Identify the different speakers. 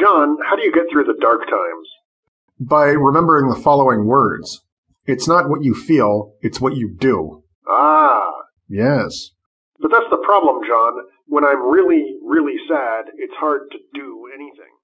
Speaker 1: John, how do you get through the dark times?
Speaker 2: by remembering the following words It's not what you feel, it's what you do.
Speaker 1: Ah,
Speaker 2: Yes.
Speaker 1: but that's the problem, John. When I'm really, really sad, it's hard to do anything.